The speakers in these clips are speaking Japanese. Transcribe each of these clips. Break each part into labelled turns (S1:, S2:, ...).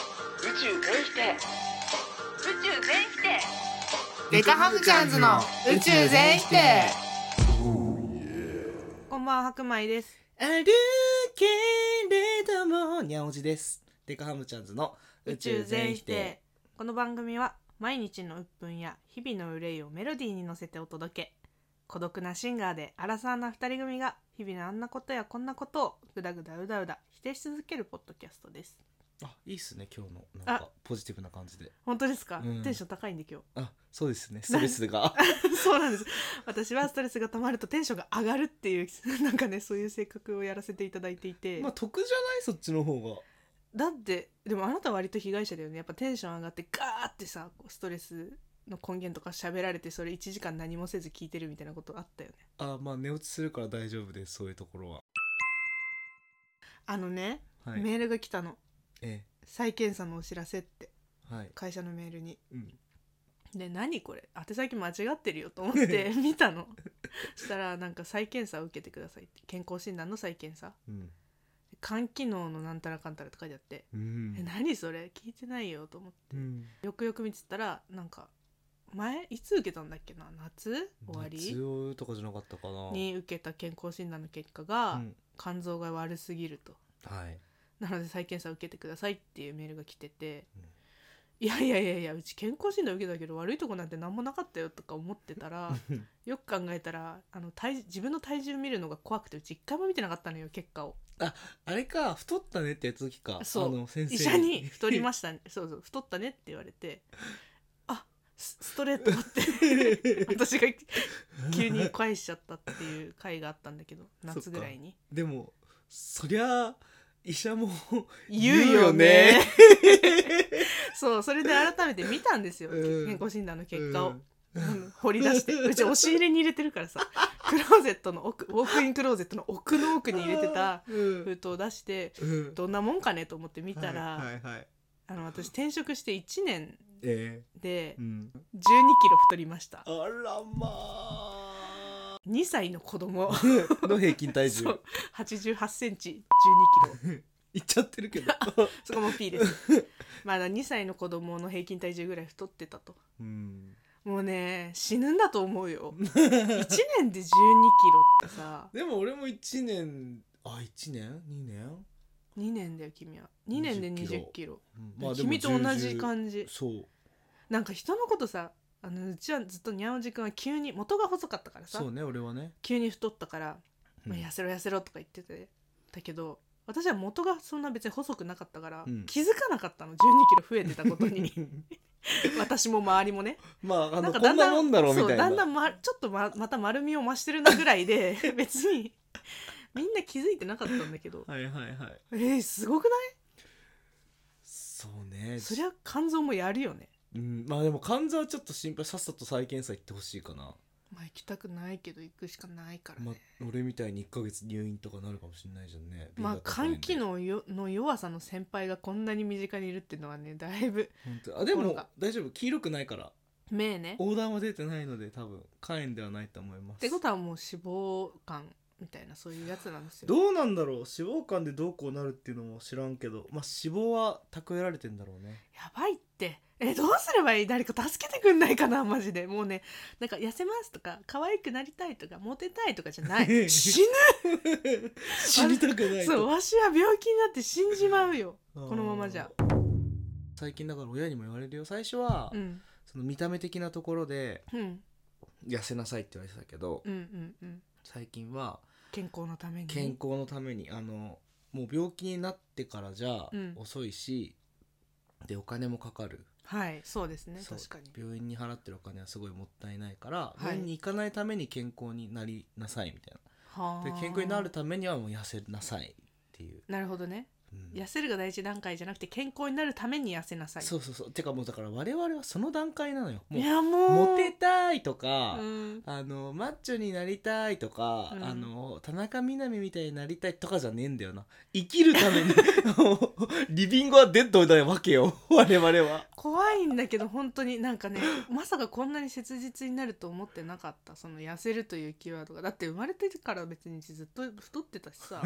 S1: 宙全否定宇宙全否定
S2: デカハムチャンズの宇宙全否定
S3: こんばんは白米です
S4: あるけれどもにゃおじですデカハムチャンズの宇宙全否定
S3: この番組は毎日の鬱憤や日々の憂いをメロディーに乗せてお届け孤独なシンガーでアラサーな二人組が日々のあんなことやこんなことをぐだぐだうだうだ否定し続けるポッドキャストです
S4: あいいっすね今日のなんかポジティブな感じで
S3: 本当ですか、
S4: うん
S3: テンション高いんで今
S4: あそうですねストレスが
S3: 日 そうなんです私はストレスが溜まるとテンションが上がるっていうなんかねそういう性格をやらせていただいてい て、
S4: まあ得じゃないそっちの方が
S3: だってでもあなたは割と被害者だよねやっぱテンション上がってガーってさこうストレスの根源とか喋られてそれ1時間何もせず聞いてるみたいなことあったよね
S4: あまあ寝落ちするから大丈夫ですそういうところは
S3: あのね、
S4: はい
S3: メールが来たの
S4: え
S3: 再検査のお知らせって
S4: えはい
S3: 会社のメールに
S4: うん
S3: で何これ宛先間違ってるよと思って 見たのそしたらなんか再検査を受けてくださいって健康診断の再検査
S4: うん
S3: 肝機能のなんたらかんたらって書いてあって、
S4: う
S3: え
S4: ん
S3: 何それ聞いてないよと思って
S4: うん
S3: よくよく見てたらなんか前いつ受けたんだっけな夏終わり
S4: 夏とかじゃなかったかな
S3: に受けた健康診断の結果が、
S4: うん
S3: 肝臓が悪すぎると
S4: はい
S3: なので再検査受けてくださいっていうメールが来てて、
S4: うん
S3: いやいやいやいやうち健康診断受けたけど悪いとこなんて何もなかったよとか思って たらよく考えたらあの体自分の体重見るのが怖くてうち一回も見てなかったのよ結果を
S4: あれか太ったねってやった時か
S3: そう
S4: あの先生
S3: 医者に太りました、ね、 そうそう太ったねって言われてあスストレー トって私が急に返しちゃったっていう回があったんだ けど夏ぐらいに
S4: でもそりゃ医者も
S3: 言うよ
S4: 言う
S3: ね
S4: よ
S3: そうそれで改めて見たんですよ、
S4: うん
S3: 健康診断の結果を、
S4: うん
S3: うん掘り出してうち押し入れに入れてるからさ クローゼットの奥ウォークインクローゼットの奥の奥に入れてた
S4: うん
S3: 封筒を出して
S4: うん
S3: どんなもんかねと思って見たら、
S4: はいはいはい
S3: あの私転職して1年
S4: え
S3: で
S4: えうん
S3: 1 2キロ太りました
S4: あらま
S3: 2歳の子供
S4: あ の平均体重
S3: そう8 8センチ1 2キロ
S4: いっちゃってる けど
S3: そこも P です まだ2歳の子供の平均体重ぐらい太ってたと
S4: うん
S3: もうね死ぬんだと思 うよ1年で1 2キロってさ
S4: でも俺も1年あ一1年2年、
S3: 2年だよ君は2年で2 0
S4: 20
S3: キロ
S4: うん
S3: 君と同じ感じ
S4: そう
S3: なんか人のことさあのうちはずっとにゃおじくんは急に元が細かったからさ
S4: そうね俺はね、
S3: 急に太ったから「
S4: うん
S3: まあ、痩せろ痩せろ」とか言っててだけど私は元がそんな別に細くなかったから、
S4: うん
S3: 気づかなかったの1 2キロ増えてたこ とに私も周りもね
S4: まああ
S3: なん
S4: の
S3: か
S4: こ
S3: だ
S4: ん
S3: ん
S4: な
S3: だ
S4: もん
S3: ん
S4: だろうみ
S3: そ
S4: た
S3: う
S4: い
S3: だ
S4: なん
S3: だん、ま、ちょっとままた丸みを増してるなぐらい で別にみんな気づいてなかったんだけど
S4: はいはいはい
S3: えー、すごくない
S4: そうね
S3: そりゃ肝臓もやるよね
S4: うん、まあでも患者はちょっと心配さっさと再検査行ってほしいかな、
S3: まあ行きたくないけど行くしかないからね、
S4: まあ、俺みたいに1ヶ月入院とかなるかもしれないじゃんね
S3: まあ
S4: B 型肝炎
S3: 肝
S4: で
S3: 機能よの弱さの先輩がこんなに身近にいるっていうのはねだいぶ
S4: 本当あで
S3: 心
S4: も
S3: が
S4: 大丈夫黄色くないから
S3: 目ねっ
S4: 横断は出てないので多分肝炎ではないと思います
S3: てことはもう脂肪肝みたいなそういうやつなんですよ
S4: どうなんだろう脂肪肝でどうこうなるっていうのも知らんけどまあ脂肪は蓄えられてんだろうね
S3: やばいってえどうすればいい誰か助けてくんないかなマジでもうねなんか痩せますとか可愛くなりたいとかモテたいとかじゃな い 死
S4: 死にたくな
S3: ぬ
S4: い
S3: そう
S4: と
S3: わしは病気になって死んじまうよこのままじゃ
S4: 最近だから親にも言われるよ最初は、
S3: うん
S4: その見た目的なところで
S3: うん
S4: 痩せなさいって言われてたけど、
S3: うんうんうん
S4: 最近は
S3: 健康のために
S4: 健康のために、あのもう病気になってからじゃ
S3: うん
S4: 遅いし、でお金もかかる
S3: はいそうですね
S4: そう
S3: 確かに
S4: 病院に払ってるお金はすごいもったいないから、
S3: い
S4: 病院に行かないために健康になりなさいみたい
S3: は
S4: な
S3: ー
S4: で健康になるためにはもう痩せなさいっていう、
S3: なるほどね
S4: うん
S3: 痩せるが第一段階じゃなくて健康になるために痩せなさい
S4: そうそうそうてかもうだから我々はその段階なのよも
S3: いうやもう
S4: モテたいと
S3: う
S4: か、
S3: ん
S4: あのマッチョになりたいとか、
S3: うん
S4: あの田中みな実みたいになりたいとかじゃねえんだ よな生きるために リビングはデッドだわけよ我々は
S3: 怖いんだけど本当になんかねまさかこんなに切実になると思ってなかったその痩せるというキーワードがだって生まれてから別にずっと太ってたし さ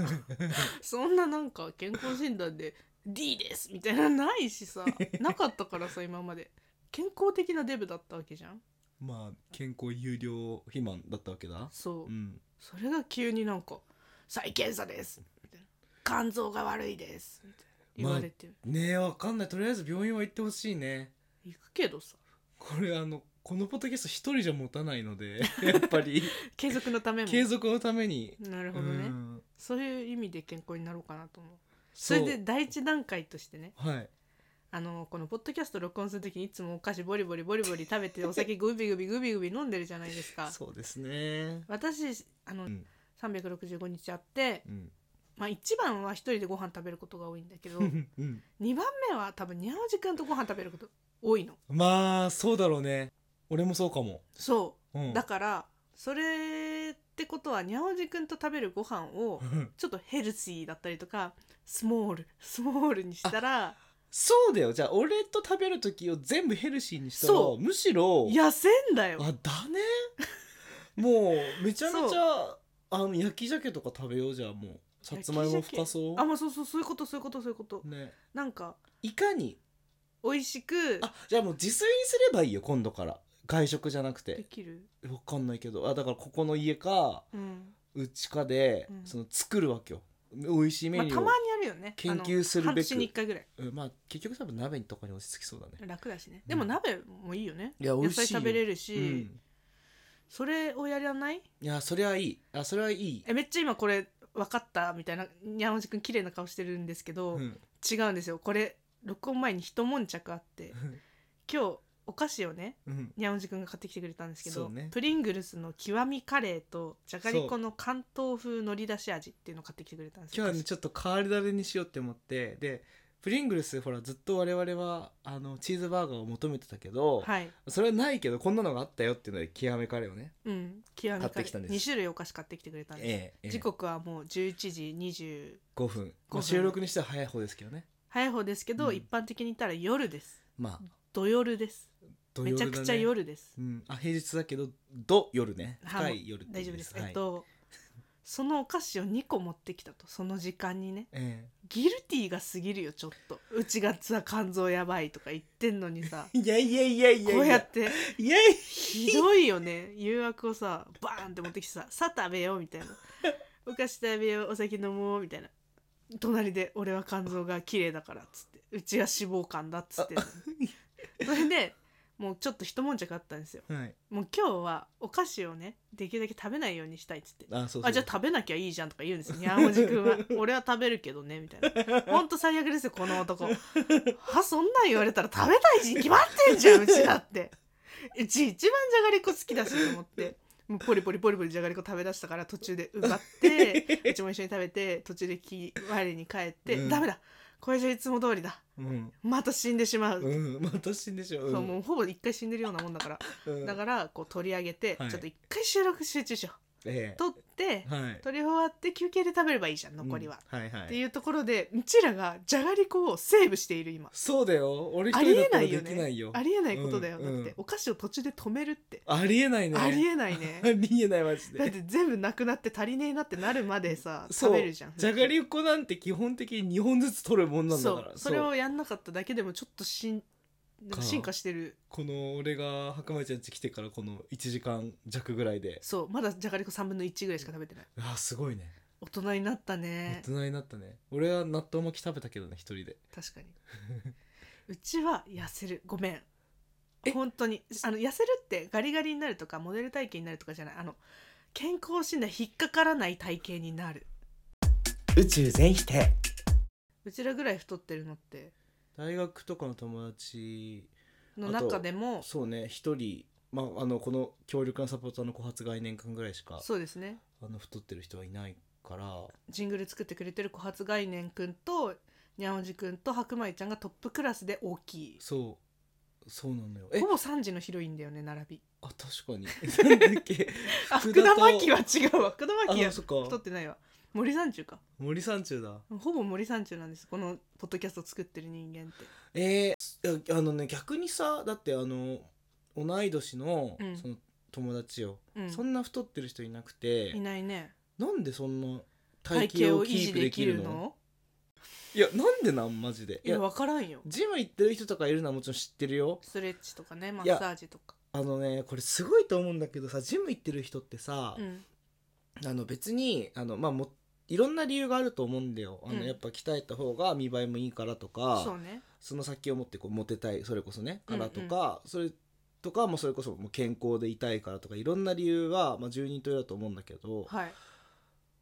S3: そんななんか健康診断で「D です」みたいなのないしさなかったからさ今まで健康的なデブだったわけじゃん
S4: まあ健康有料肥満だったわけだ
S3: そう、
S4: うん
S3: それが急になんか「再検査です」みたいな「肝臓が悪いです」みたいな言われて、
S4: ねえわかんないとりあえず病院は行ってほしいね
S3: 行くけどさ
S4: これあのこのポッドキャスト一人じゃ持たないの でやっぱり
S3: 継続のためも
S4: 継続のために
S3: なるほどね、
S4: うん
S3: そういう意味で健康になろうかなと思う
S4: そ
S3: そうれで第一段階としてね
S4: はい
S3: あのこのポッドキャスト録音する時にいつもお菓子ボリボリボリボリ食べてお酒グビグビグビグビ飲んでるじゃないですか
S4: そうですね
S3: 私あの、
S4: うん
S3: 365日あって、
S4: うん
S3: まあ、一番は一人でご飯食べることが多いんだ けど
S4: うん
S3: 二番目は多分にゃおじくんとご飯食べること多いの
S4: まあそうだろうね俺もそうかも、、
S3: そううんだからそれってことはにゃおじくんと食べるご飯をちょっとヘルシーだったりとかスモールスモールにしたら
S4: そうだよじゃあ俺と食べる時を全部ヘルシーにしたら
S3: そう
S4: むしろ
S3: 痩せんだよ
S4: あだ ねもうめちゃめちゃあの焼き鮭とか食べようじゃあもうさつまいも深そう
S3: あもうそうそうそういうことそういうことそういうこと
S4: ね
S3: なんか
S4: いかに
S3: 美味しく
S4: あじゃあもう自炊にすればいいよ今度から外食じゃなく
S3: で
S4: て
S3: きる
S4: わかんないけどあだからここの家か
S3: うん、
S4: うちかで、
S3: うん
S4: その作るわけよ美味しいメ
S3: まあ、
S4: ニュー
S3: た
S4: を、
S3: まにあるよね
S4: 研究するべく
S3: あの半年に1回ぐらい
S4: うんまあ、結局多分鍋とかに落ち着きそうだね
S3: 楽だしねでも鍋もいいよね、
S4: いや美
S3: 野
S4: 味しい
S3: 菜
S4: よ
S3: 食べれるし、
S4: うん
S3: それをやらない
S4: いやそれはいいあそれはいい
S3: えめっちゃ今これ分かったみたいなにゃんおじくん綺麗な顔してるんですけど、
S4: うん
S3: 違うんですよこれ録音前に一悶着あって今日お菓子をね
S4: うん
S3: にゃんおじくんが買ってきてくれたんですけ
S4: そ
S3: ど、
S4: うね
S3: プリングルスの極みカレーとじゃがりこの関東風のり出し味っていうのを買ってきてくれたんですよ
S4: 今日はねちょっと変わり種にしようって思ってでプリングルスほらずっと我々はあのチーズバーガーを求めてたけど、
S3: はい、
S4: それはないけどこんなのがあったよっていうので極めカレーをね、
S3: うん、極みカレー
S4: 買ってきたんです
S3: 2種類お菓子買ってきてくれたんです、
S4: ええええ
S3: 時刻はもう11時20
S4: 5分、
S3: 5
S4: まあ
S3: 分
S4: 収録にしては早い方ですけどね
S3: 早い方ですけど、
S4: うん
S3: 一般的に言ったら夜です
S4: まあ
S3: 土夜です
S4: 土
S3: めちゃくちゃ夜です、
S4: うん、あ平日だけどど夜ね
S3: は
S4: 深
S3: い
S4: い夜って意
S3: 大
S4: 味
S3: 丈夫です、
S4: はい
S3: えっとそのお菓子を2個持ってきたとその時間にね
S4: え
S3: ギルティーが過ぎるよちょっとうちがさ肝臓やばいとか言ってんのにさ
S4: えいやいやいやいやい
S3: こうや
S4: や
S3: って
S4: いや
S3: ひどいよね誘惑をさバーンって持ってきてさ「さあ食べよう」みたいな「お菓子食べようお酒飲もう」みたいな隣で「俺は肝臓が綺麗だから」っつって「うちは脂肪肝だ」っつってそれでもうちょっと一悶着あったんですよ
S4: はい
S3: もう今日はお菓子をねできるだけ食べないようにしたいっつって
S4: あそうそう
S3: あじゃあ食べなきゃいいじゃんとか言うんですよにゃんおじくん は俺は食べるけどねみたいなほんと最悪ですよこの男はそんなん言われたら食べたいし決まってんじゃんうちだってうち一番じゃがりこ好きだしと思ってもうポリポリポリポリじゃがりこ食べだしたから途中で奪ってうちも一緒に食べて途中でき我に帰って、
S4: うん
S3: ダメだこれじゃいつも通りだ
S4: うん、
S3: また死んでしまう、
S4: うん、また死んでしょ
S3: そうもうほぼ一回死んでるようなもんだから、
S4: うん、うん
S3: だからこう取り上げて、
S4: はい
S3: ちょっと一回収録集中しよ
S4: え
S3: う取っ
S4: え
S3: て、
S4: はい
S3: 取り終わって休憩で食べればいいじゃん残りは、
S4: うんはいはい
S3: っていうところでうちらがじゃがりこをセーブしている今
S4: そうだよ俺一
S3: あり
S4: 人だっ
S3: えな
S4: たら
S3: い
S4: で
S3: よ
S4: き
S3: ね
S4: ないよ
S3: ありえないことだよ、
S4: うんうん
S3: だってお菓子を途中で止めるって、
S4: ありえないね
S3: ありえないね
S4: ありえないマジ
S3: だっ
S4: で
S3: て全部なくなって足りねえなってなるまでさ
S4: そう
S3: 食べるじゃん
S4: じゃがりこなんて基本的に2本ずつ取るもんなんだ
S3: そ
S4: か
S3: う
S4: ら
S3: それをやんなかっただけでもちょっとしん
S4: か
S3: 進化してる
S4: この俺が白米ちゃん家来てからこの1時間弱ぐらいで
S3: そうまだじゃがりこ3分の1ぐらいしか食べてない
S4: あすごいね
S3: 大人になった
S4: 大
S3: ね
S4: 人になったね俺は納豆巻き食べたけどね一人で
S3: 確かにうちは痩せるごめん
S4: え
S3: 本当にあの痩せるってガリガリになるとかモデル体型になるとかじゃないあの健康診断引っかからない体型になる
S4: 宇宙全否定
S3: うちらぐらい太ってるのって
S4: 大学とかの友達
S3: の
S4: あと
S3: 中でも
S4: そうね一人まああのこの強力なサポーターの後発概念間ぐらいしか
S3: そうですね
S4: あの太ってる人はいないから
S3: ジングル作ってくれてる小発概念くんとにゃんおじくんと白米ちゃんがトップクラスで大きい
S4: そうそうなのよえ
S3: ほぼ3時のヒロインだよね並び
S4: あ確かに なんだっけ
S3: あ
S4: 福
S3: 福
S4: 田
S3: 田
S4: と
S3: 真紀は違うわ福田真紀
S4: あ
S3: は
S4: そっ
S3: 太っ
S4: か
S3: てないわ森三中か
S4: 森三中だ
S3: ほぼ森三中なんですこのポッドキャスト作ってる人間って
S4: えー、いやあのね逆にさだってあの同い年の,、
S3: うん
S4: その友達よ、
S3: うん
S4: そんな太ってる人いなくて
S3: いないね
S4: なんでそんな体
S3: 体
S4: 型
S3: 型
S4: を
S3: を
S4: キ
S3: 維
S4: ー
S3: 持
S4: プ
S3: で
S4: でき
S3: き
S4: る
S3: る
S4: の
S3: の
S4: いやなんでなんマジでい
S3: いや
S4: や
S3: 分からんよ
S4: ジム行ってる人とかいるのはもちろん知ってるよ
S3: ストレッチとかねマ
S4: いや
S3: ッサージとか
S4: あのねこれすごいと思うんだけどさジム行ってる人ってさ、
S3: うん
S4: あの別にあのまあもいろんな理由があると思うんだよあの、
S3: うん
S4: やっぱ鍛えた方が見栄えもいいからとか
S3: そうね
S4: その先を持ってこうモテたいそれこそねからと
S3: う
S4: か、それとかもうそれこそもう健康でいたいからとかいろんな理由は、まあ、十人十色だと思うんだけど、
S3: はい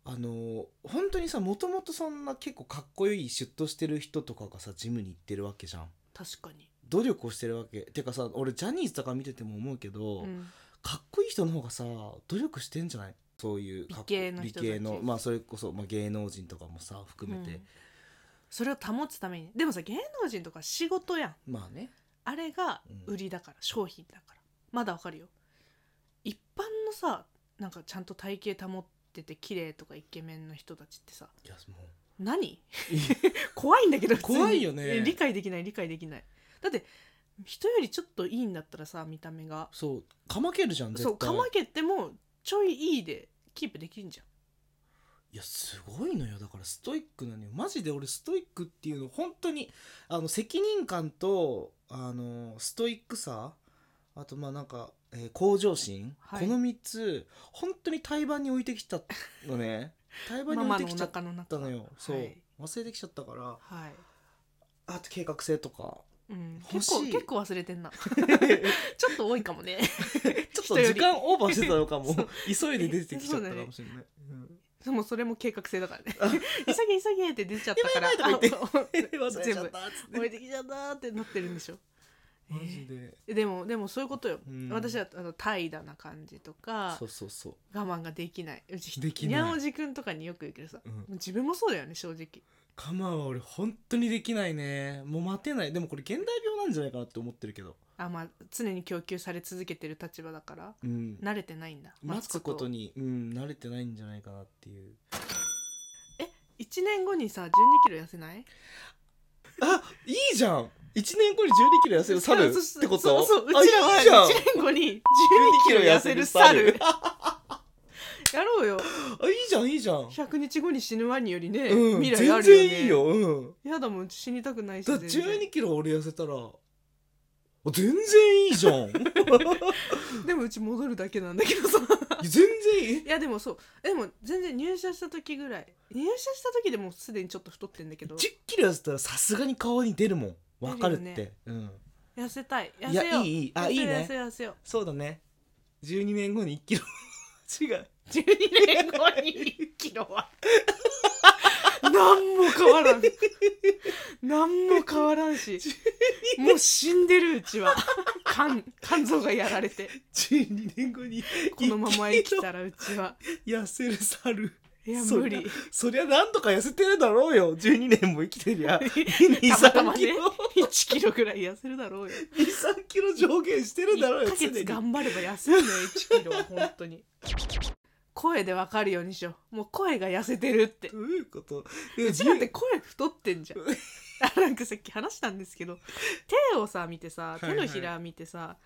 S4: あの本当にさもともとそんな結構かっこいいシュッとしてる人とかがさジムに行ってるわけじゃん
S3: 確かに
S4: 努力をしてるわけてかさ俺ジャニーズとか見てても思うけど、
S3: うん
S4: かっこいい人の方がさ努力してんじゃないそういうかっこ
S3: 美形の人たち
S4: 美形のまあそれこそ、まあ、芸能人とかもさ含めて、
S3: うんそれを保つためにでもさ芸能人とか仕事やん
S4: まあね
S3: あれが
S4: うん
S3: 売りだから、商品だからまだわかるよ一般のさなんかちゃんと体型保ってて綺麗とかイケメンの人たちってさ
S4: いやもう
S3: 何 怖いんだけど普通に
S4: 怖いよね
S3: 理解できない理解できないだって人よりちょっといいんだったらさ見た目が
S4: そうかまけるじゃん絶対
S3: そうかまけてもちょいいいでキープできるんじゃん
S4: いやすごいのよだからストイックなのよマジで俺ストイックっていうの本当にあの責任感とあのストイックさあとまあなんか、えー向上心、
S3: はい
S4: この3つ本当に胎盤に置いてきたの ね胎盤に
S3: マ
S4: 置い
S3: マの
S4: てき
S3: お
S4: ちゃっ
S3: 腹の中
S4: たのよ、そう
S3: はい
S4: 忘れてきちゃったから
S3: はい、
S4: あと計画性とか
S3: うん、
S4: 欲
S3: 結
S4: しい
S3: 構結構忘れてんな
S4: ちょっ
S3: ちょっと多いかもね
S4: と
S3: 人よ
S4: 時
S3: り
S4: 間オーバーしてたのかも
S3: そう
S4: 急いで出てきちゃったかもしれない、うん
S3: でもそれも計画性だからね急げ急げって出ちゃったから
S4: やばいやばいと
S3: あ
S4: 忘れちゃったっつっ
S3: 置い
S4: て
S3: てきちゃったーってなってるんでしょ
S4: マジで、
S3: えでもでもそういうことよ、
S4: うん
S3: 私はあの怠惰な感じとか
S4: そうそうそう
S3: 我慢ができないうち
S4: できない
S3: にゃんおじくんとかによく言うけどさ、
S4: うん
S3: もう自分もそうだよね正直
S4: カマは俺本当にできないねもう待てないでもこれ現代病なんじゃないかなって思ってるけど、
S3: あまあ常に供給され続けてる立場だから
S4: うん、
S3: 慣れてないんだ
S4: 待つこと
S3: を
S4: に、うん、慣れてないんじゃないかなっていう
S3: 1年後にさ1 2キロ痩せない
S4: あいいじゃん1年後に1 2キロ痩せる猿
S3: そうそ
S4: っ
S3: う
S4: てこと
S3: そうそうう
S4: あ
S3: ちらはい
S4: いじゃん
S3: 1年後に1 2
S4: 12
S3: キロ痩せる猿やろうよ
S4: あいいじゃんいいじ ゃん、
S3: 100日後に死ぬワニよりね、
S4: うん、
S3: 未来あ
S4: 全
S3: るよね
S4: 然いいよ、うん、
S3: やだもん死にたくないし
S4: だ1
S3: 全然
S4: 2キロ俺痩せたらあ全然いいじゃ んいや
S3: でもうち戻るだけなんだけどさ
S4: 全然いい
S3: いやでもそうでも全然入社した時ぐらい入社した時でもうすでにちょっと太ってんだけど
S4: 1 0キロ痩せたらさすがに顔に出るもんわかるって、
S3: 出るよ
S4: うん
S3: 痩せたい痩
S4: い
S3: せよ
S4: や
S3: う
S4: いいいい
S3: 痩
S4: あ
S3: せ
S4: いい
S3: よう
S4: ね
S3: 痩せよう痩せよ
S4: そうだね。12年後に1キロ。 違う。
S3: う12年後に1キロは何も変わらん何も変わらん しもう死んでるうちは肝肝臓がやられて
S4: 12年後に
S3: このまま生き
S4: 1
S3: たらうちは
S4: キロ痩せる猿。
S3: いや
S4: そりゃ
S3: 無理
S4: そりゃなんとか痩せてるだろうよ。12年も生きて りゃ。2、
S3: たまたま
S4: 3
S3: ね
S4: キロ、
S3: 1キロぐらい痩せるだろうよ
S4: 2、3キロ上限してるだろうよ。
S3: 1ヶ月
S4: 常に
S3: 頑張れば痩せるのよ1キロは本当に声でわかるようにしようもう声が痩せてるって
S4: どういうこと
S3: うちらって声太ってんじゃん
S4: う
S3: あなんかさっき話したんですけど手をさ見てさ
S4: いは
S3: 手
S4: い
S3: のひら見てさ、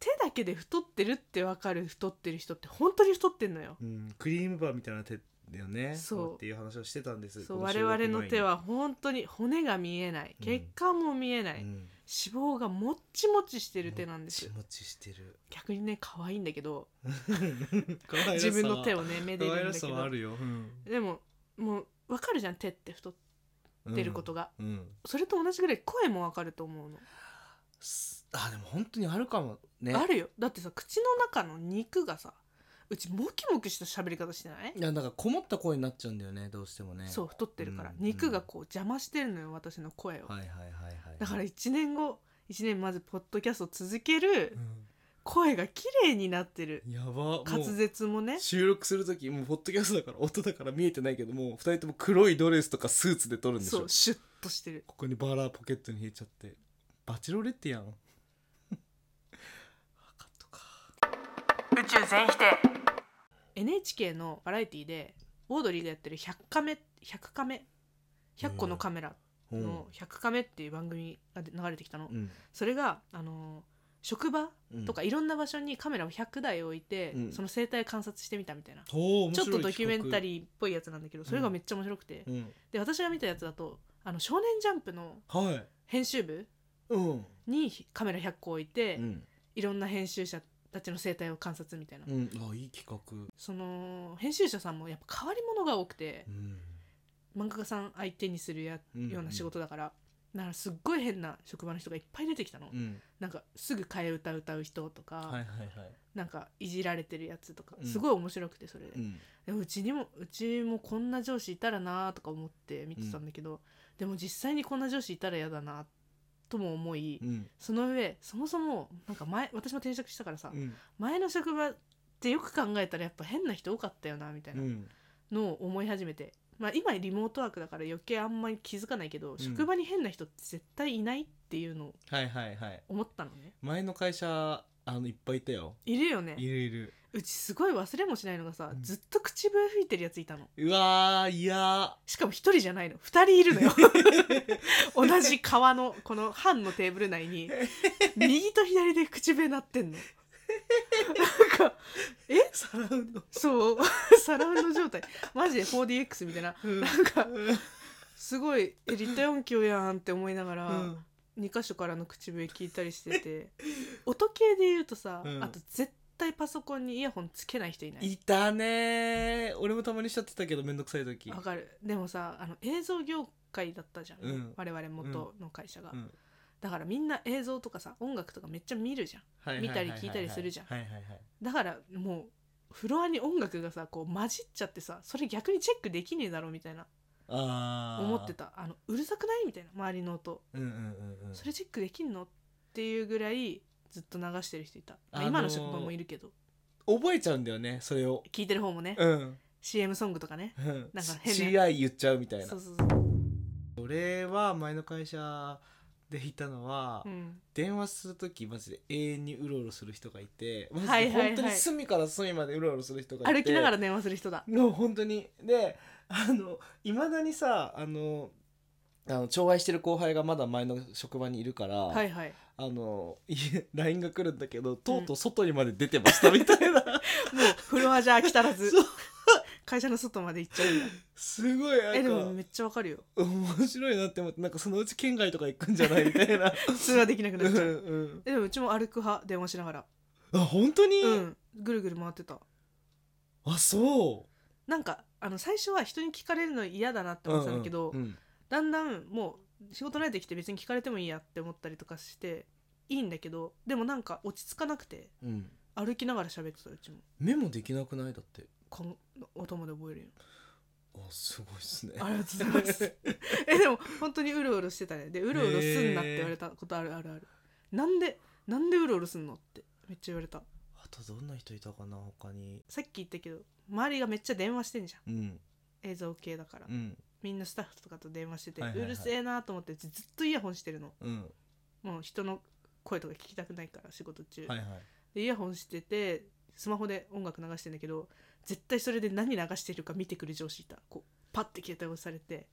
S3: 手だけで太ってるってわかる太ってる人って本当に太ってんのよ
S4: うん、クリームバーみたいな手だよね。
S3: そう
S4: っていう話をしてたんです。
S3: そう
S4: この
S3: 我
S4: 収録
S3: 々の手
S4: 前
S3: は本当に骨が見えない
S4: うん
S3: 血管も見えない、
S4: に。う
S3: 脂
S4: ん
S3: 肪がもっちもちしてる手なんですよ
S4: もちもちして る。
S3: 逆にね可愛いんだけど
S4: 可愛らしさは
S3: 自分の手をねめで
S4: 可愛
S3: るん
S4: ら
S3: だ
S4: し
S3: け
S4: さ
S3: ど
S4: はあるよ。
S3: でももう分かるじゃん手って太ってること
S4: が。
S3: が、
S4: うん。
S3: それと同じぐらい声も分かると思うの、
S4: すあでも本当にあるかもね
S3: あるよだってさ口の中の肉がさうちモキモキした喋り方してない、
S4: いやなんかこもった声になっちゃうんだよねどうしてもね
S3: そう太ってるから、
S4: うん
S3: 肉がこう邪魔してるのよ私の声を、
S4: はいはいはいはい
S3: だから
S4: うん
S3: 1年後1年まずポッドキャスト続ける声が綺麗になってる
S4: やばもう
S3: 滑舌もね
S4: 収録する時もうポッドキャストだから音だから見えてないけどもう二人とも黒いドレスとかスーツで撮るんでしょ
S3: そうシュッとしてる
S4: ここにバラポケットに入れちゃってバチロレッテやんカットか
S1: 宇宙全否定
S3: NHK のバラエティでオードリーがやってる「100カメ」「100カメ」「100個のカメラ」
S4: うん
S3: の「100カメ」っていう番組が流れてきたの、
S4: うん
S3: それがあのー職場とかいろんな場所にカメラを100台置いて、
S4: うん
S3: その生態観察してみたみたいな、
S4: ほう面
S3: ちょ
S4: 白
S3: っ
S4: い
S3: とドキュメンタ
S4: ー、
S3: リーっぽいやつなんだけどそれがめっちゃ面白くて、
S4: うん、
S3: で私が見たやつだとあの「少年ジャンプ」の
S4: はい
S3: 編集部
S4: うん
S3: にカメラ100個置いて、
S4: うん、
S3: いろんな編集者たちの生態を観察みたいな、
S4: うん、あいい企画
S3: その編集者さんもやっぱ変わり者が多くて
S4: う、ん
S3: 漫画家さん相手にするや、
S4: うん
S3: ような仕事だからだからすっごい変な職場の人がいっぱい出てきたの、
S4: うん
S3: なんかすぐ替え歌歌う人とか、
S4: はいはいはい
S3: なんかいじられてるやつとか
S4: うん
S3: すごい面白くてそれで,で
S4: う
S3: も、
S4: ん
S3: うちにもうちもこんな上司いたらなとか思って見てたんだけど、でも実際にこんな上司いたら嫌だなとも思い、
S4: うん
S3: その上そもそもなんか前私も転職したからさ、
S4: うん
S3: 前の職場ってよく考えたらやっぱ変な人多かったよなみたいうなんのを思い始めて、まあ、今リモートワークだから余計あんまり気づかないけど、
S4: ん
S3: 職場に変な人って絶対いないっていうのを
S4: はいはいはい
S3: 思ったのね
S4: 前の会社あのいっぱいいたよ
S3: いるよね
S4: いるいる
S3: うちすごい忘れもしないのがさ、
S4: うん
S3: ずっと口笛吹いてるやついたの
S4: うわーいや
S3: しかも一人じゃないの二人いるの よ 同じ川のこの班のテーブル内に右と左で口笛鳴ってんのなんか
S4: ーさらうの
S3: そうサラウンド状態マジで 4DX みたいな
S4: うん
S3: なんか すごいえ立体音響やんって思いながら、
S4: うん
S3: 2箇所からの口笛聞いたりしてて音系で言うとさ、
S4: うん
S3: あと絶対パソコンにイヤホンつけない人いない
S4: いたねー俺もたまにしちゃってたけどめんどくさい時
S3: わかるでもさあの映像業界だったじゃん、
S4: うん
S3: 我々元の会社が、
S4: うん
S3: だからみんな映像とかさ音楽とかめっちゃ見るじゃん
S4: はいはい
S3: 見
S4: はいは
S3: た
S4: い
S3: り聞いたりするじゃん
S4: はいはいはい
S3: だからもうフロアに音楽がさこう混じっちゃってさそれ逆にチェックできねえだろみたいな
S4: あー
S3: 思ってたあのうるさくないみたいな周りの音
S4: うんうんうんうん
S3: それチェックできんのっていうぐらいずっと流してる人いた、
S4: あ
S3: まあ
S4: のー
S3: 今の職場もいるけど
S4: 覚えちゃうんだよねそれを
S3: 聞いてる方もね、
S4: うん、
S3: CM ソングとかね
S4: うん、
S3: なんか変な
S4: CI 言っちゃうみたいな
S3: そうそうそう
S4: 俺は前の会社でいたのは、
S3: うん
S4: 電話する時マジで永遠にうろうろする人がいてマジ
S3: はい
S4: で
S3: はいはい
S4: 本当に隅から隅までうろうろする人がいて、
S3: 歩きながら電話する人 だ
S4: の本当にであのいまだにさあのあの寵愛してる後輩がまだ前の職場にいるから、
S3: はいはい
S4: あのい LINE が来るんだけどとうとう外にまで出てましたみたい な、
S3: もうフロアじゃ飽き足らず
S4: そう
S3: 会社の外まで行っちゃうんだ
S4: すごいなんか
S3: えでもめっちゃわかるよ
S4: 面白いなって思ってなんかそのうち県外とか行くんじゃないみたい な
S3: 通話できなく
S4: う
S3: なっ
S4: ん
S3: ちゃう
S4: うん
S3: えでもうちも歩く派電話しながら
S4: あ本当に、
S3: うんぐるぐる回ってた
S4: あそ
S3: なんかあの最初は人に聞かれるの嫌だなって
S4: う
S3: 思ってたんだけど、
S4: うんうん
S3: だんだんもう仕事慣れてきて別に聞かれてもいいやって思ったりとかしていいんだけどでもなんか落ち着かなくて
S4: うんうん
S3: 歩きながら喋ってたうちも
S4: メモできなくないだって
S3: このお供で覚えるよ
S4: あすごいっすね
S3: ありがとうございますえでも本当にうろうろしてたねでうろうろすんなって言われたことあるあるあるなんでなんでうろうろすんのってめっちゃ言われた
S4: あとどんな人いたかな他に
S3: さっき言ったけど周りがめっちゃ電話してんじゃ
S4: うん
S3: ん映像系だから、
S4: うん
S3: みんなスタッフとかと電話してて、
S4: はいはいはいう
S3: るせえなと思ってずっとイヤホンしてるの
S4: うん
S3: もう人の声とか聞きたくないから仕事中、
S4: はいはい
S3: でイヤホンしててスマホで音楽流してんだけど絶対それで何流してるか見てくる上司いたこうパッて携帯押されて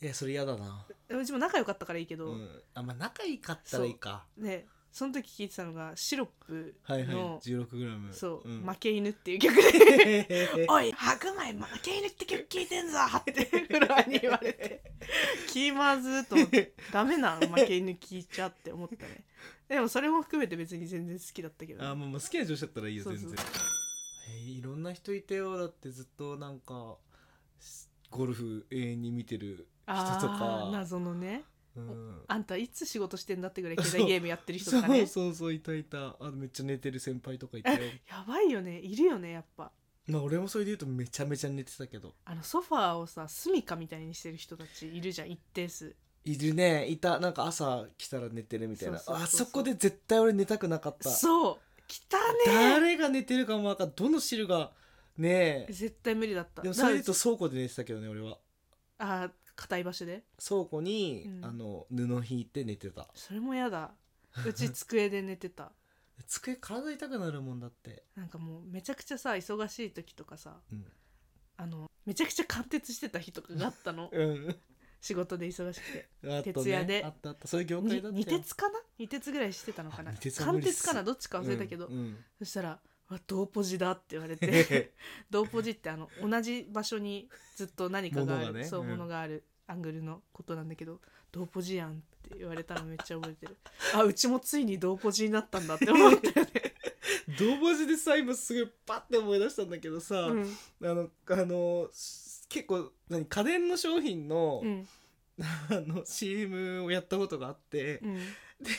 S4: えそれ嫌だな
S3: うちも仲良かったからいいけ
S4: う
S3: ど、
S4: んあまあ仲いいかったらいいか
S3: でその時聞いてたのがシロップの、
S4: はいはい 16g
S3: そう、
S4: ん、
S3: 負け犬っていう曲でおい白米負け犬って曲聞いてんぞ ってフロアに言われて気まずーと思ってダメなの負け犬聞いちゃって思ったねでもそれも含めて別に全然好きだったけど
S4: あまあまあ好きな女子だったらいいよ
S3: そう
S4: 全
S3: そう
S4: 然えーいろんな人いたよだってずっとなんかしゴルフ永遠に見てる人
S3: あ
S4: と
S3: ー
S4: か、
S3: 謎のね
S4: うん、
S3: あんたいつ仕事してんだってぐらい携帯ゲームやってる人とか
S4: そ
S3: ね
S4: うそうそういたいたあめっちゃ寝てる先輩とかいたよ
S3: やばいよねいるよねやっぱ
S4: まあ俺もそれで言うとめちゃめちゃ寝てたけど
S3: あのソファーをさ住みかみたいにしてる人たちいるじゃん一定数
S4: いるねいたなんか朝来たら寝てるみたいな
S3: そうそうそうそ
S4: あ
S3: う
S4: そこで絶対俺寝たくなかった
S3: そう汚ね
S4: 誰が寝てるかもわかんどの汁がね
S3: え絶対無理だった
S4: でもそれで言う
S3: だ
S4: と
S3: から
S4: 倉庫で寝てたけどね俺は
S3: あー硬い場所で
S4: 倉庫に、
S3: うん
S4: あの布引いて寝てた
S3: それもやだうち机で寝てた
S4: 机体痛くなるもんだって
S3: なんかもうめちゃくちゃさ忙しい時とかさ
S4: うん
S3: あのめちゃくちゃ貫徹してた日とかがあったの
S4: うん
S3: 仕事で忙しくて
S4: あったね
S3: 徹夜で
S4: あったあったそう いう業界
S3: に
S4: だったよ
S3: 二徹かな二徹ぐらいしてたのかな
S4: あ二徹は無
S3: 貫
S4: 理っす
S3: 徹かなどっちか忘れたけど、
S4: うんうん
S3: そしたら「あ同ポジだ」って言われて 同ポジってあの同じ場所にずっと何かがある
S4: 物がね
S3: そう
S4: うん
S3: ものがあるアングルのことなんだけど「同ポジやん」って言われたのめっちゃ覚えてるあうちもついに同ポジになったんだって思っ たよね、
S4: 同文字でさ今すぐパッて思い出したんだけどさ、
S3: うん
S4: あのあのす結構何家電の商品の,、
S3: うん
S4: あの CM をやったことがあって、
S3: うん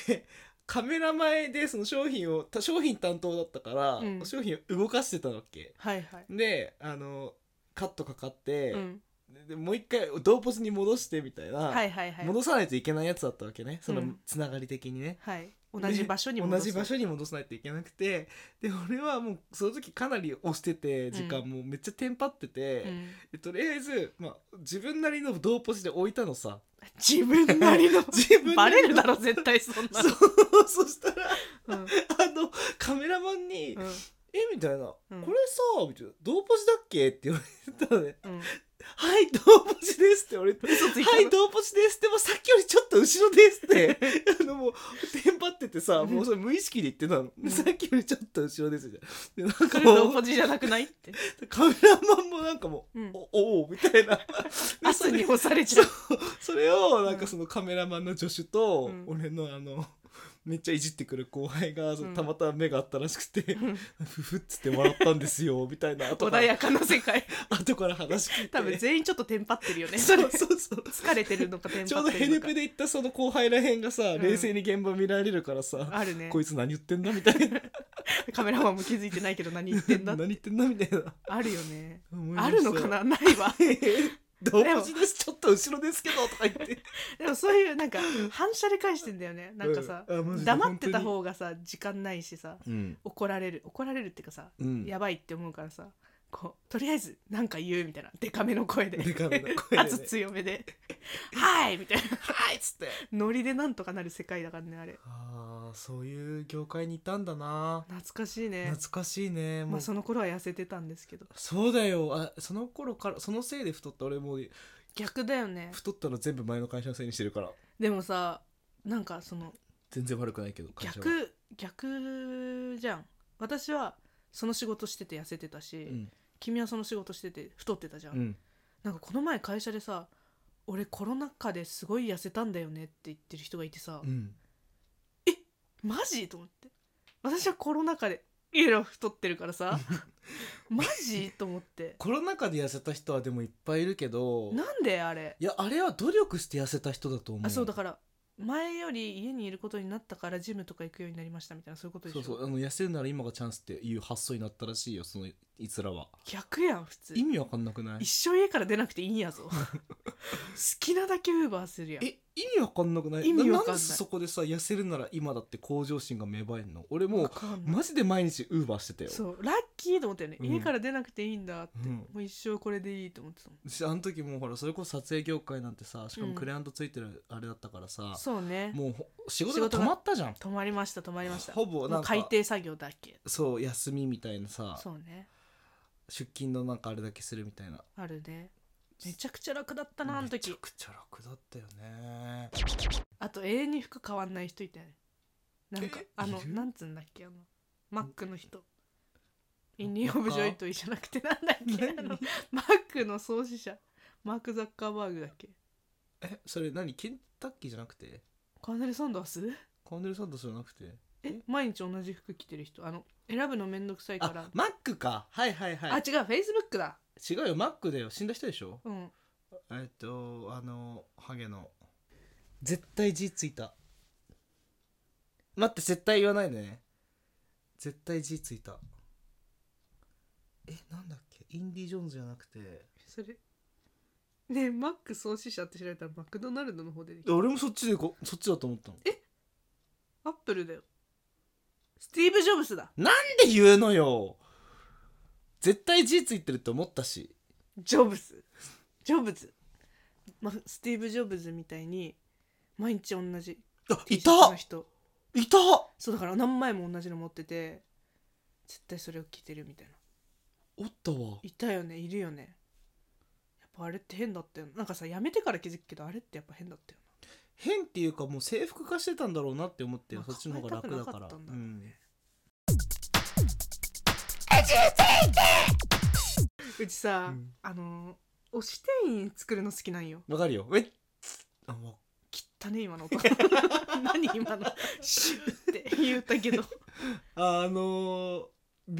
S4: でカメラ前でその商品をた商品担当だったから、
S3: うん
S4: 商品を動かしてたわけ
S3: はいはい、
S4: であのカットかかって、
S3: うん、
S4: ででもう一回同ポジに戻してみたいな、
S3: はいはいはい
S4: 戻さないといけないやつだったわけねその
S3: うん
S4: つながり的にね、
S3: はい同じ場所に戻
S4: 同
S3: す
S4: じ場所に戻さないといけなくてで俺はもうその時かなり押してて時間
S3: う
S4: もうめっちゃテンパってて、
S3: うん
S4: でとりあえず、まあ、自分なりの同ポジで置いたのさ
S3: 自分なりの
S4: 自分な
S3: バ
S4: りの
S3: レるだろ絶対そんな
S4: そ
S3: の
S4: うそしたら
S3: うんうん
S4: あのカメラマンに「えみたいな、
S3: うん
S4: これさ」みたいな「同ポジだっけ?」って言われたの ね
S3: うん
S4: 「はい同ポジです」って俺
S3: 嘘ついたの
S4: はい、同ポチ です。でもさっきよりちょっと後ろですって、あのもう、テンパっててさ、もうそれ無意識で言ってたの。
S3: ん
S4: さっきよりちょっと後ろですじゃん。で、なん
S3: そ
S4: か
S3: れ同
S4: も
S3: ポ
S4: う、
S3: ジじゃなくないって
S4: カメラマンもなんかもう、
S3: うん
S4: おおうみたい な。
S3: 汗に干されちゃう
S4: それを、なんかそのカメラマンの助手と、
S3: うん
S4: 俺のあの、めっちゃいじってくる後輩が、その
S3: うん
S4: たまたま目があったらしくて、
S3: ん
S4: ふふっつって笑ったんです よ、みたいな。後か
S3: 穏
S4: ら、
S3: やかな世界
S4: 後から話聞いて。
S3: 多分全員ちょっとテンパってるよね
S4: そうそうそう。
S3: 疲れてるのかテン
S4: ちょう
S3: パっ
S4: ど
S3: て
S4: ヘ
S3: るの
S4: ル
S3: か
S4: プで行ったその後輩らへんがさ、
S3: ん
S4: 冷静に現場見られるからさ、
S3: あるね
S4: こいつ何言ってんだみたいな
S3: カメラマンも気づいてないけど何言ってんだ
S4: 何言ってんだみたいな
S3: あるよね
S4: 思いま
S3: あ
S4: した
S3: る のかなないわ
S4: 同時ですちょっと後ろですけどとか言って
S3: でもそういうなんか反射で返してんだよね なんかさ、
S4: うんあマジで
S3: 黙ってた方がさ時間ないしさ
S4: うん
S3: 怒られる怒られるっていうかさ、
S4: うん
S3: やばいって思うからさこうとりあえずなんか言うみたいなデカめの声で
S4: デカめの声でね
S3: 圧強めで 「はい!」みたいな
S4: はいっつって
S3: ノリでなんとかなる世界だからねあれ
S4: あーそういう業界にいたんだな
S3: 懐かしいね
S4: 懐かしいねもう、
S3: まあその頃は痩せてたんですけど
S4: そうだよあその頃からそのせいで太った俺もう
S3: 逆だよね
S4: 太ったの全部前の会社のせいにしてるから
S3: でもさなんかその
S4: 全然悪くないけど会社は
S3: 逆逆じゃん私はその仕事してて痩せてたし、
S4: うん
S3: 君はその仕事してて太ってたじゃん、
S4: うん
S3: なんかこの前会社でさ俺コロナ禍ですごい痩せたんだよねって言ってる人がいてさ、
S4: うん
S3: マジと思って私はコロナ禍でいろ太ってるから さマジと思って
S4: コロナ禍で痩せた人はでもいっぱいいるけど
S3: なんであれ
S4: いやあれは努力して痩せた人だと思う
S3: あそうだから前より家にいることになったからジムとか行くようになりましたみたいなそういうことでし
S4: そ
S3: ょ
S4: うそうあの痩せるなら今がチャンスっていう発想になったらしいよそのいつらは
S3: 逆やん普通
S4: 意味わかんなくない
S3: 一生家から出なくていいんやぞ 好きなだけウーバーするやん
S4: え意味わかんなくない
S3: 意味わかんない
S4: んでそこでさ痩せるなら今だって向上心が芽生えるの俺も
S3: わ
S4: う
S3: かんない
S4: マジで毎日ウーバーしてたよ
S3: そうラッキーと思ったよね、
S4: うん
S3: 家から出なくていいんだって、
S4: うん
S3: もう一生これでいいと思ってたもん
S4: しあの時もうほらそれこそ撮影業界なんてさしか
S3: う
S4: も
S3: ん
S4: クレアントついてるあれだったからさ、
S3: そうね
S4: もうほ仕事
S3: 仕
S4: が
S3: 事
S4: 止
S3: が
S4: まったじゃん
S3: 止まりました止まりました
S4: ほぼ
S3: も
S4: な
S3: うん
S4: か
S3: 海底作業だけ
S4: そう休みみたいなさ
S3: そうね
S4: 出勤のなんかあれだけするみたいな
S3: あるねめちゃくちゃ楽だったなあの
S4: めちゃ
S3: 時
S4: くちゃ楽だったよね
S3: あと永遠に服変わんない人いたよねなんか
S4: え
S3: あの
S4: いる
S3: なんつうんだっけあのマックの人インディオブ・ジョイトイじゃなくてなんだっけあのマックの創始者マーク・ザッカーバーグだっけ
S4: えそれ何ケンタッキーじゃなくて
S3: カーネル・サンダース
S4: コーネルサンドじゃなくて
S3: え毎日同じ服着てる人あの選ぶのめんどくさいから
S4: あマックかはいはい
S3: あ,、
S4: はい
S3: 違うフェイスブックだ
S4: 違うよマックだよ死んだ人でしょ
S3: うん
S4: えっとあのハゲの絶対字ついた待って絶対言わないでね絶対字ついたえなんだっけインディ・ジョーンズじゃなくて
S3: それねえマック創始者って調べたらマクドナルドの方でできた
S4: 俺もそっちでこそっちだと思ったの
S3: アップルだよスティーブ・ジョブスだ
S4: なんで言うのよ絶対字ついてると思ったし
S3: ジョブズジョブズ、まあ、スティーブ・ジョブズみたいに毎日同じ
S4: あ
S3: T シャツの人
S4: いた
S3: そうだから何枚も同じの持ってて絶対それを着てるみたいな
S4: おったわ
S3: いたよねいるよねぱあれって変だったよななんかさやめてから気づくけどあれってやっぱ変だったよ
S4: 変っていうかもう制服化してたんだろうなって思って
S3: まあ
S4: そっちの方が楽だから
S3: 考えたくなかったんだ
S4: う
S3: ろうんねなうちさ、
S4: うん
S3: あのー推し店員作るの好きなんよ
S4: わかるよえっあも
S3: 汚ね今の音 何今のシュッて言ったけど
S4: うあのー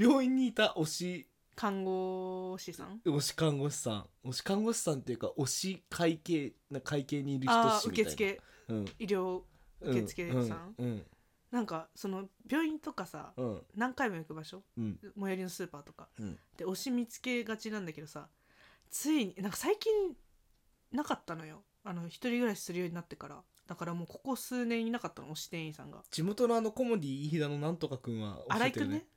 S4: 病院にいた推し
S3: 看護師さん
S4: 推し看護師さん推し看護師さんっていうか推し会計な会計にいる人
S3: あ
S4: っ
S3: あ
S4: しみたいな
S3: 受付
S4: うん
S3: 医療
S4: うん
S3: 受付さん
S4: うん
S3: なんかその病院とかさ
S4: うんうん
S3: 何回も行く場所
S4: うん
S3: 最寄りのスーパーとか
S4: うん
S3: で推し見つけがちなんだけどさついになんか最近なかったのよあの一人暮らしするようになってからだからもうここ数年いなかったの推し店員さんが
S4: 地元のあのコモディ飯田のなんとかくんは
S3: 新井
S4: て
S3: くんね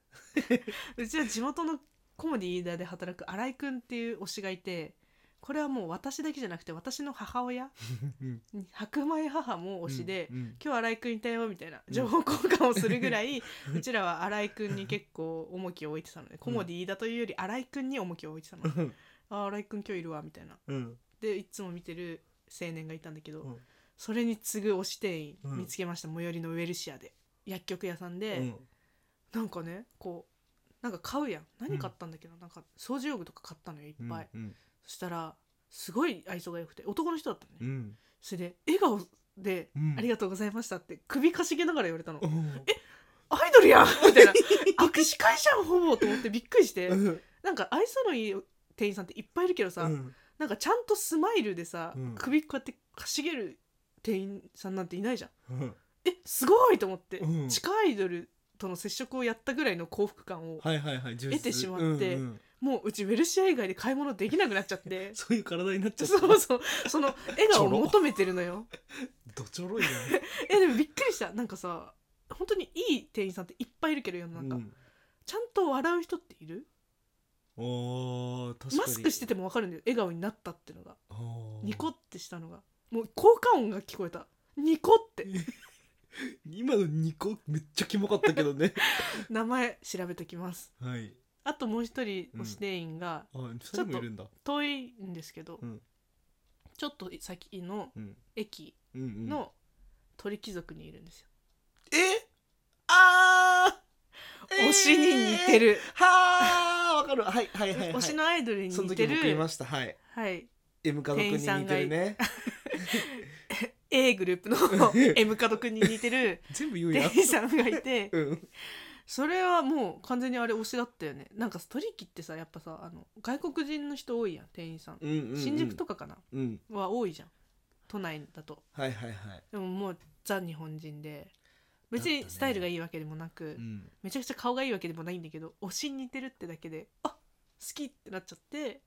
S3: うちは地元のコモディーダーで働く新井くんっていう推しがいてこれはもう私だけじゃなくて私の母親
S4: うん
S3: 白米母も推しで、
S4: うんうん
S3: 今日新井くんいたよみたいな情報交換をするぐ らい、うちらは新井くんに結構重きを置いてたので、コモディーダというより新井くんに重きを置いてたの、
S4: うん
S3: あー新井くん今日いるわみたいな
S4: うん
S3: でいつも見てる青年がいたんだけど、
S4: うん
S3: それに次ぐ推し店員
S4: うん
S3: 見つけました、最寄りのウエルシアで薬局屋さんで、
S4: うん
S3: なんかねこうなんか買うやん何買ったんだっけど、なんか掃除用具とか買ったのよいっぱい、
S4: うん
S3: そしたらすごい愛想が良くて男の人だったのね、
S4: うん
S3: それで笑顔で、
S4: うん
S3: ありがとうございました」って首かしげながら言われたの「
S4: うん
S3: アイドルやん!」 み たいな握手会じゃんほぼと思ってびっくりして
S4: うん
S3: なんか愛想のいい店員さんっていっぱいいるけどさ、
S4: うん
S3: なんかちゃんとスマイルでさ、
S4: うん
S3: 首こうやってかしげる店員さんなんていないじゃ
S4: う
S3: ん
S4: ん
S3: えすごいと思って、
S4: うん
S3: 地下アイドルとの接触をやったぐらいの幸福感を、
S4: はいはいはい充実
S3: 得てしまって
S4: うんうん
S3: もううちウェルシア以外で買い物できなくなっちゃっ て
S4: そういう体になっちゃった
S3: そうそうその笑顔を求めてるのよ
S4: どちょろいな
S3: えでもびっくりしたなんかさ本当にいい店員さんっていっぱいいるけど世の中、
S4: うん
S3: ちゃんと笑う人っている
S4: おー確かに
S3: マスクしてても分かるんだよ笑顔になったってのが
S4: おー
S3: ニコってしたのがもう効果音が聞こえたニコって
S4: 今のニコめっちゃキモかったけど ね
S3: 名前調べときます
S4: はい
S3: あともう一人推し店員が
S4: あ二人もいるんだ
S3: 遠いんですけど、
S4: うん
S3: ちょっと先の
S4: うん
S3: 駅
S4: うんうん
S3: の鳥貴族にいるんですよ、
S4: えあー
S3: 推しに似てる、
S4: えーはあわかるはいはいはいはい
S3: 推しのアイドルに
S4: その
S3: 似て
S4: 時僕い
S3: る
S4: ましたはい
S3: はい、
S4: M 家族に似てるね
S3: A グループの M 家族に似てる
S4: 全部言うや
S3: 店員さんがいて
S4: うん
S3: それはもう完全にあれ推しだったよねなんか鳥貴ってさやっぱさあの外国人の人多いやん店員さん、
S4: うんうんうん
S3: 新宿とかかな
S4: うん
S3: は多いじゃん都内だと
S4: はいはいはい
S3: でももうザ日本人で別にスタイルがいいわけでもなく、
S4: うん
S3: めちゃくちゃ顔がいいわけでもないんだけど推しに似てるってだけであ好きってなっちゃって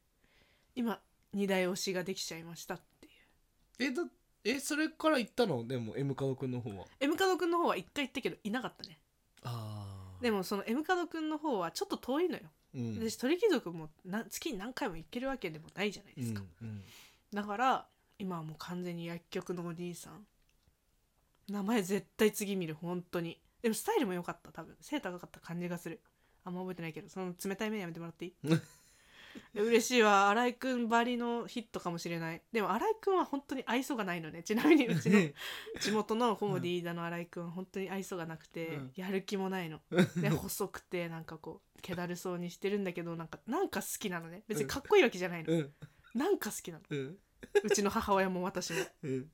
S3: 今二大推しができちゃいましたっていう
S4: えだえそれから行ったのでも M 家族の方は
S3: M カドくんの方は一回行ったけどいなかったね
S4: ああ
S3: でもその M カドくんの方はちょっと遠いのよ、
S4: うん
S3: 私鳥貴族もな月に何回も行けるわけでもないじゃないですか、
S4: うんうん
S3: だから今はもう完全に薬局のお兄さん名前絶対次見る本当にでもスタイルも良かった多分背高かった感じがするあんま覚えてないけどその冷たい目やめても らっていいで嬉しいわ新井くんばりのヒットかもしれないでも新井くんは本当に愛想がないのねちなみに うちの地元のホモディーダの新井くんは本当に愛想がなくて、
S4: うん
S3: やる気もな いので細くてなんかこう気だるそうにしてるんだけどなんかなんか好きなのね別にかっこいいわけじゃないの、
S4: うん
S3: なんか好きなの
S4: うん
S3: うちの母親も私も
S4: うん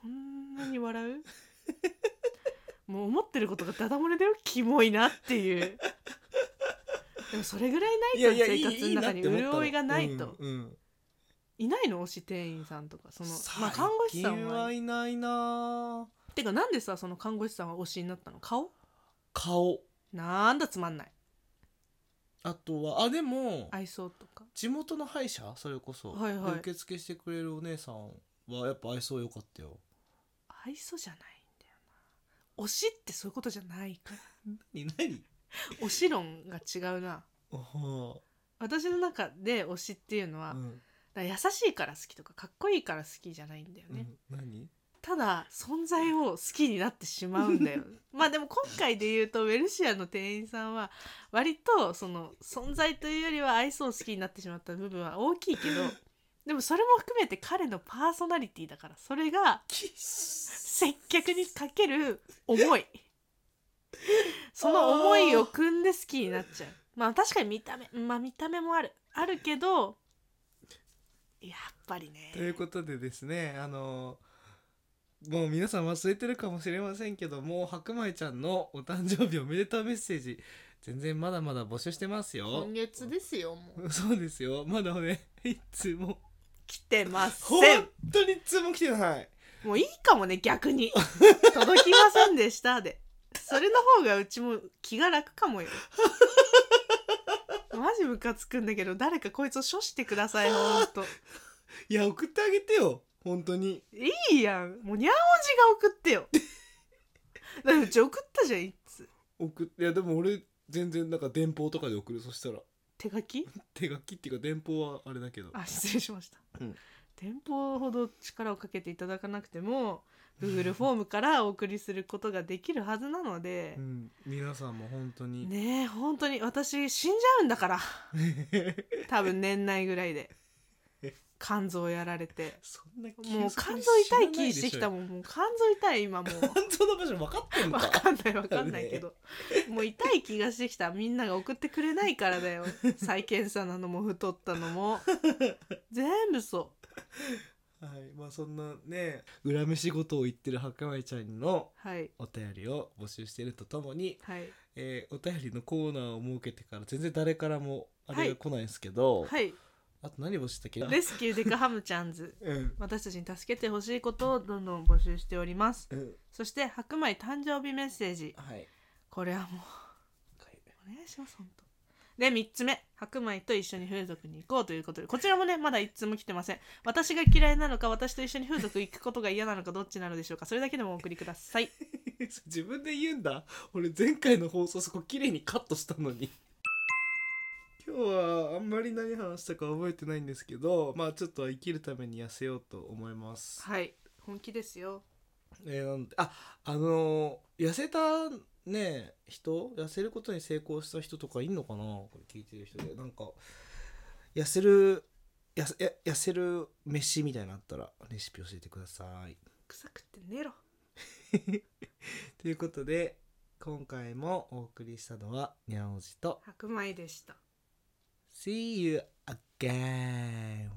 S3: そんなに 笑うもう思ってることがダダ漏れだよキモいなっていうでもそれぐらいない
S4: い
S3: と
S4: やいやい
S3: 生
S4: い
S3: 活の中
S4: い
S3: に
S4: いなって思ったの
S3: 潤いがないとい
S4: うんうん
S3: ないの推し店員さんとかその、まあ、
S4: 最
S3: 看護師さん
S4: 近
S3: は
S4: はいないな
S3: てかなんでさその看護師さんは推しになったの顔
S4: 顔
S3: なんだつまんない
S4: あとはあでも
S3: 愛想とか
S4: 地元の歯医者それこそ、
S3: はいはい
S4: で受付してくれるお姉さんはやっぱ愛想良かったよ
S3: 愛想じゃないんだよな推しってそういうことじゃないから
S4: 何何
S3: 推し論が違うな
S4: おは
S3: 私の中で推しっていうのは、
S4: あう
S3: だか
S4: ん
S3: ら優しいから好きとかかっこいいから好きじゃないんだよね、
S4: うん何
S3: ただ存在を好きになってしまうんだよまあでも今回で言うとウェルシアの店員さんは割とその存在というよりは愛想を好きになってしまった部分は大きい けどでもそれも含めて彼のパーソナリティだからそれが
S4: きっす
S3: 接客にか ける思いその思いを組んで好きになっちゃうまあ確かに見た目まあ見た目もあるあるけどやっぱりね
S4: ということでですねあのもう皆さん忘れてるかもしれませんけどもう白米ちゃんのお誕生日おめでとうメッセージ全然まだまだ募集してますよ
S2: 今月ですよもう
S4: そうですよまだねいつも
S3: 来てま
S4: 本
S3: せん
S4: 当にいつも来てない
S3: もういいかもね 逆に届きませんでしたでそれの方がうちも気が楽かも よマジムカつくんだけど誰かこいつを処してくださいほんと
S4: いや送ってあげてよ本当に
S3: いいやんもうにゃんおじが送ってよ だってうち送ったじゃんいつ
S4: 送っいやでも俺全然なんか電報とかで送るそしたら
S3: 手書き
S4: 手書きっていうか電報はあれだけど
S3: あ失礼しました、
S4: うん
S3: 電報ほど力をかけていただかなくても Google フォームからお送りすることができるはずなので、
S4: うん、皆さんも本当に、
S3: ねえ本当に私死んじゃうんだから多分年内ぐら いで肝臓やられて
S4: そんな
S3: もう肝臓痛い気してきた
S4: ん
S3: もんもう肝臓痛い今もう
S4: 肝臓の場所分かってんの
S3: わ
S4: か
S3: かんないわかんないけどもう痛い気がしてきたみんなが送ってくれないからだよ再検査なのも太ったの も全部そ
S4: はいまあそんなね恨め仕事を言ってる白米ちゃんの
S3: うはい
S4: お便りを募集しているとともに、
S3: はい
S4: えーお便りのコーナーを設けてから全然誰からもあ
S3: は
S4: れ
S3: い
S4: が来ないんですけど、
S3: はい
S4: あと何募集したっけ
S3: レスキューデカハムちゃんズ
S4: うん
S3: 私たちに助けてほしいことをどんどん募集しております
S4: うん
S3: そして白米誕生日メッセージ
S4: はい
S3: これはもうお願いします本当で3つ目白米と一緒に風俗に行こうということでこちらもねまだ一通も来てません私が嫌いなのか私と一緒に風俗行くことが嫌なのかどっちなのでしょうかそれだけでもお送りください
S4: 自分で言うんだ俺前回の放送そこ綺麗にカットしたのに今日はあんまり何話したか覚えてないんですけどまあちょっと生きるために痩せようと思います、
S3: はい本気ですよ
S4: えーなんでああのー痩せたね人痩せることに成功した人とかいんのかなこれ聞いてる人でなんか痩せるやせや痩せる飯みたいなのあったらレシピ教えてください
S3: 臭くって寝ろ
S4: ということで今回もお送りしたのはにゃんおじと
S3: 白米でした
S4: See you again.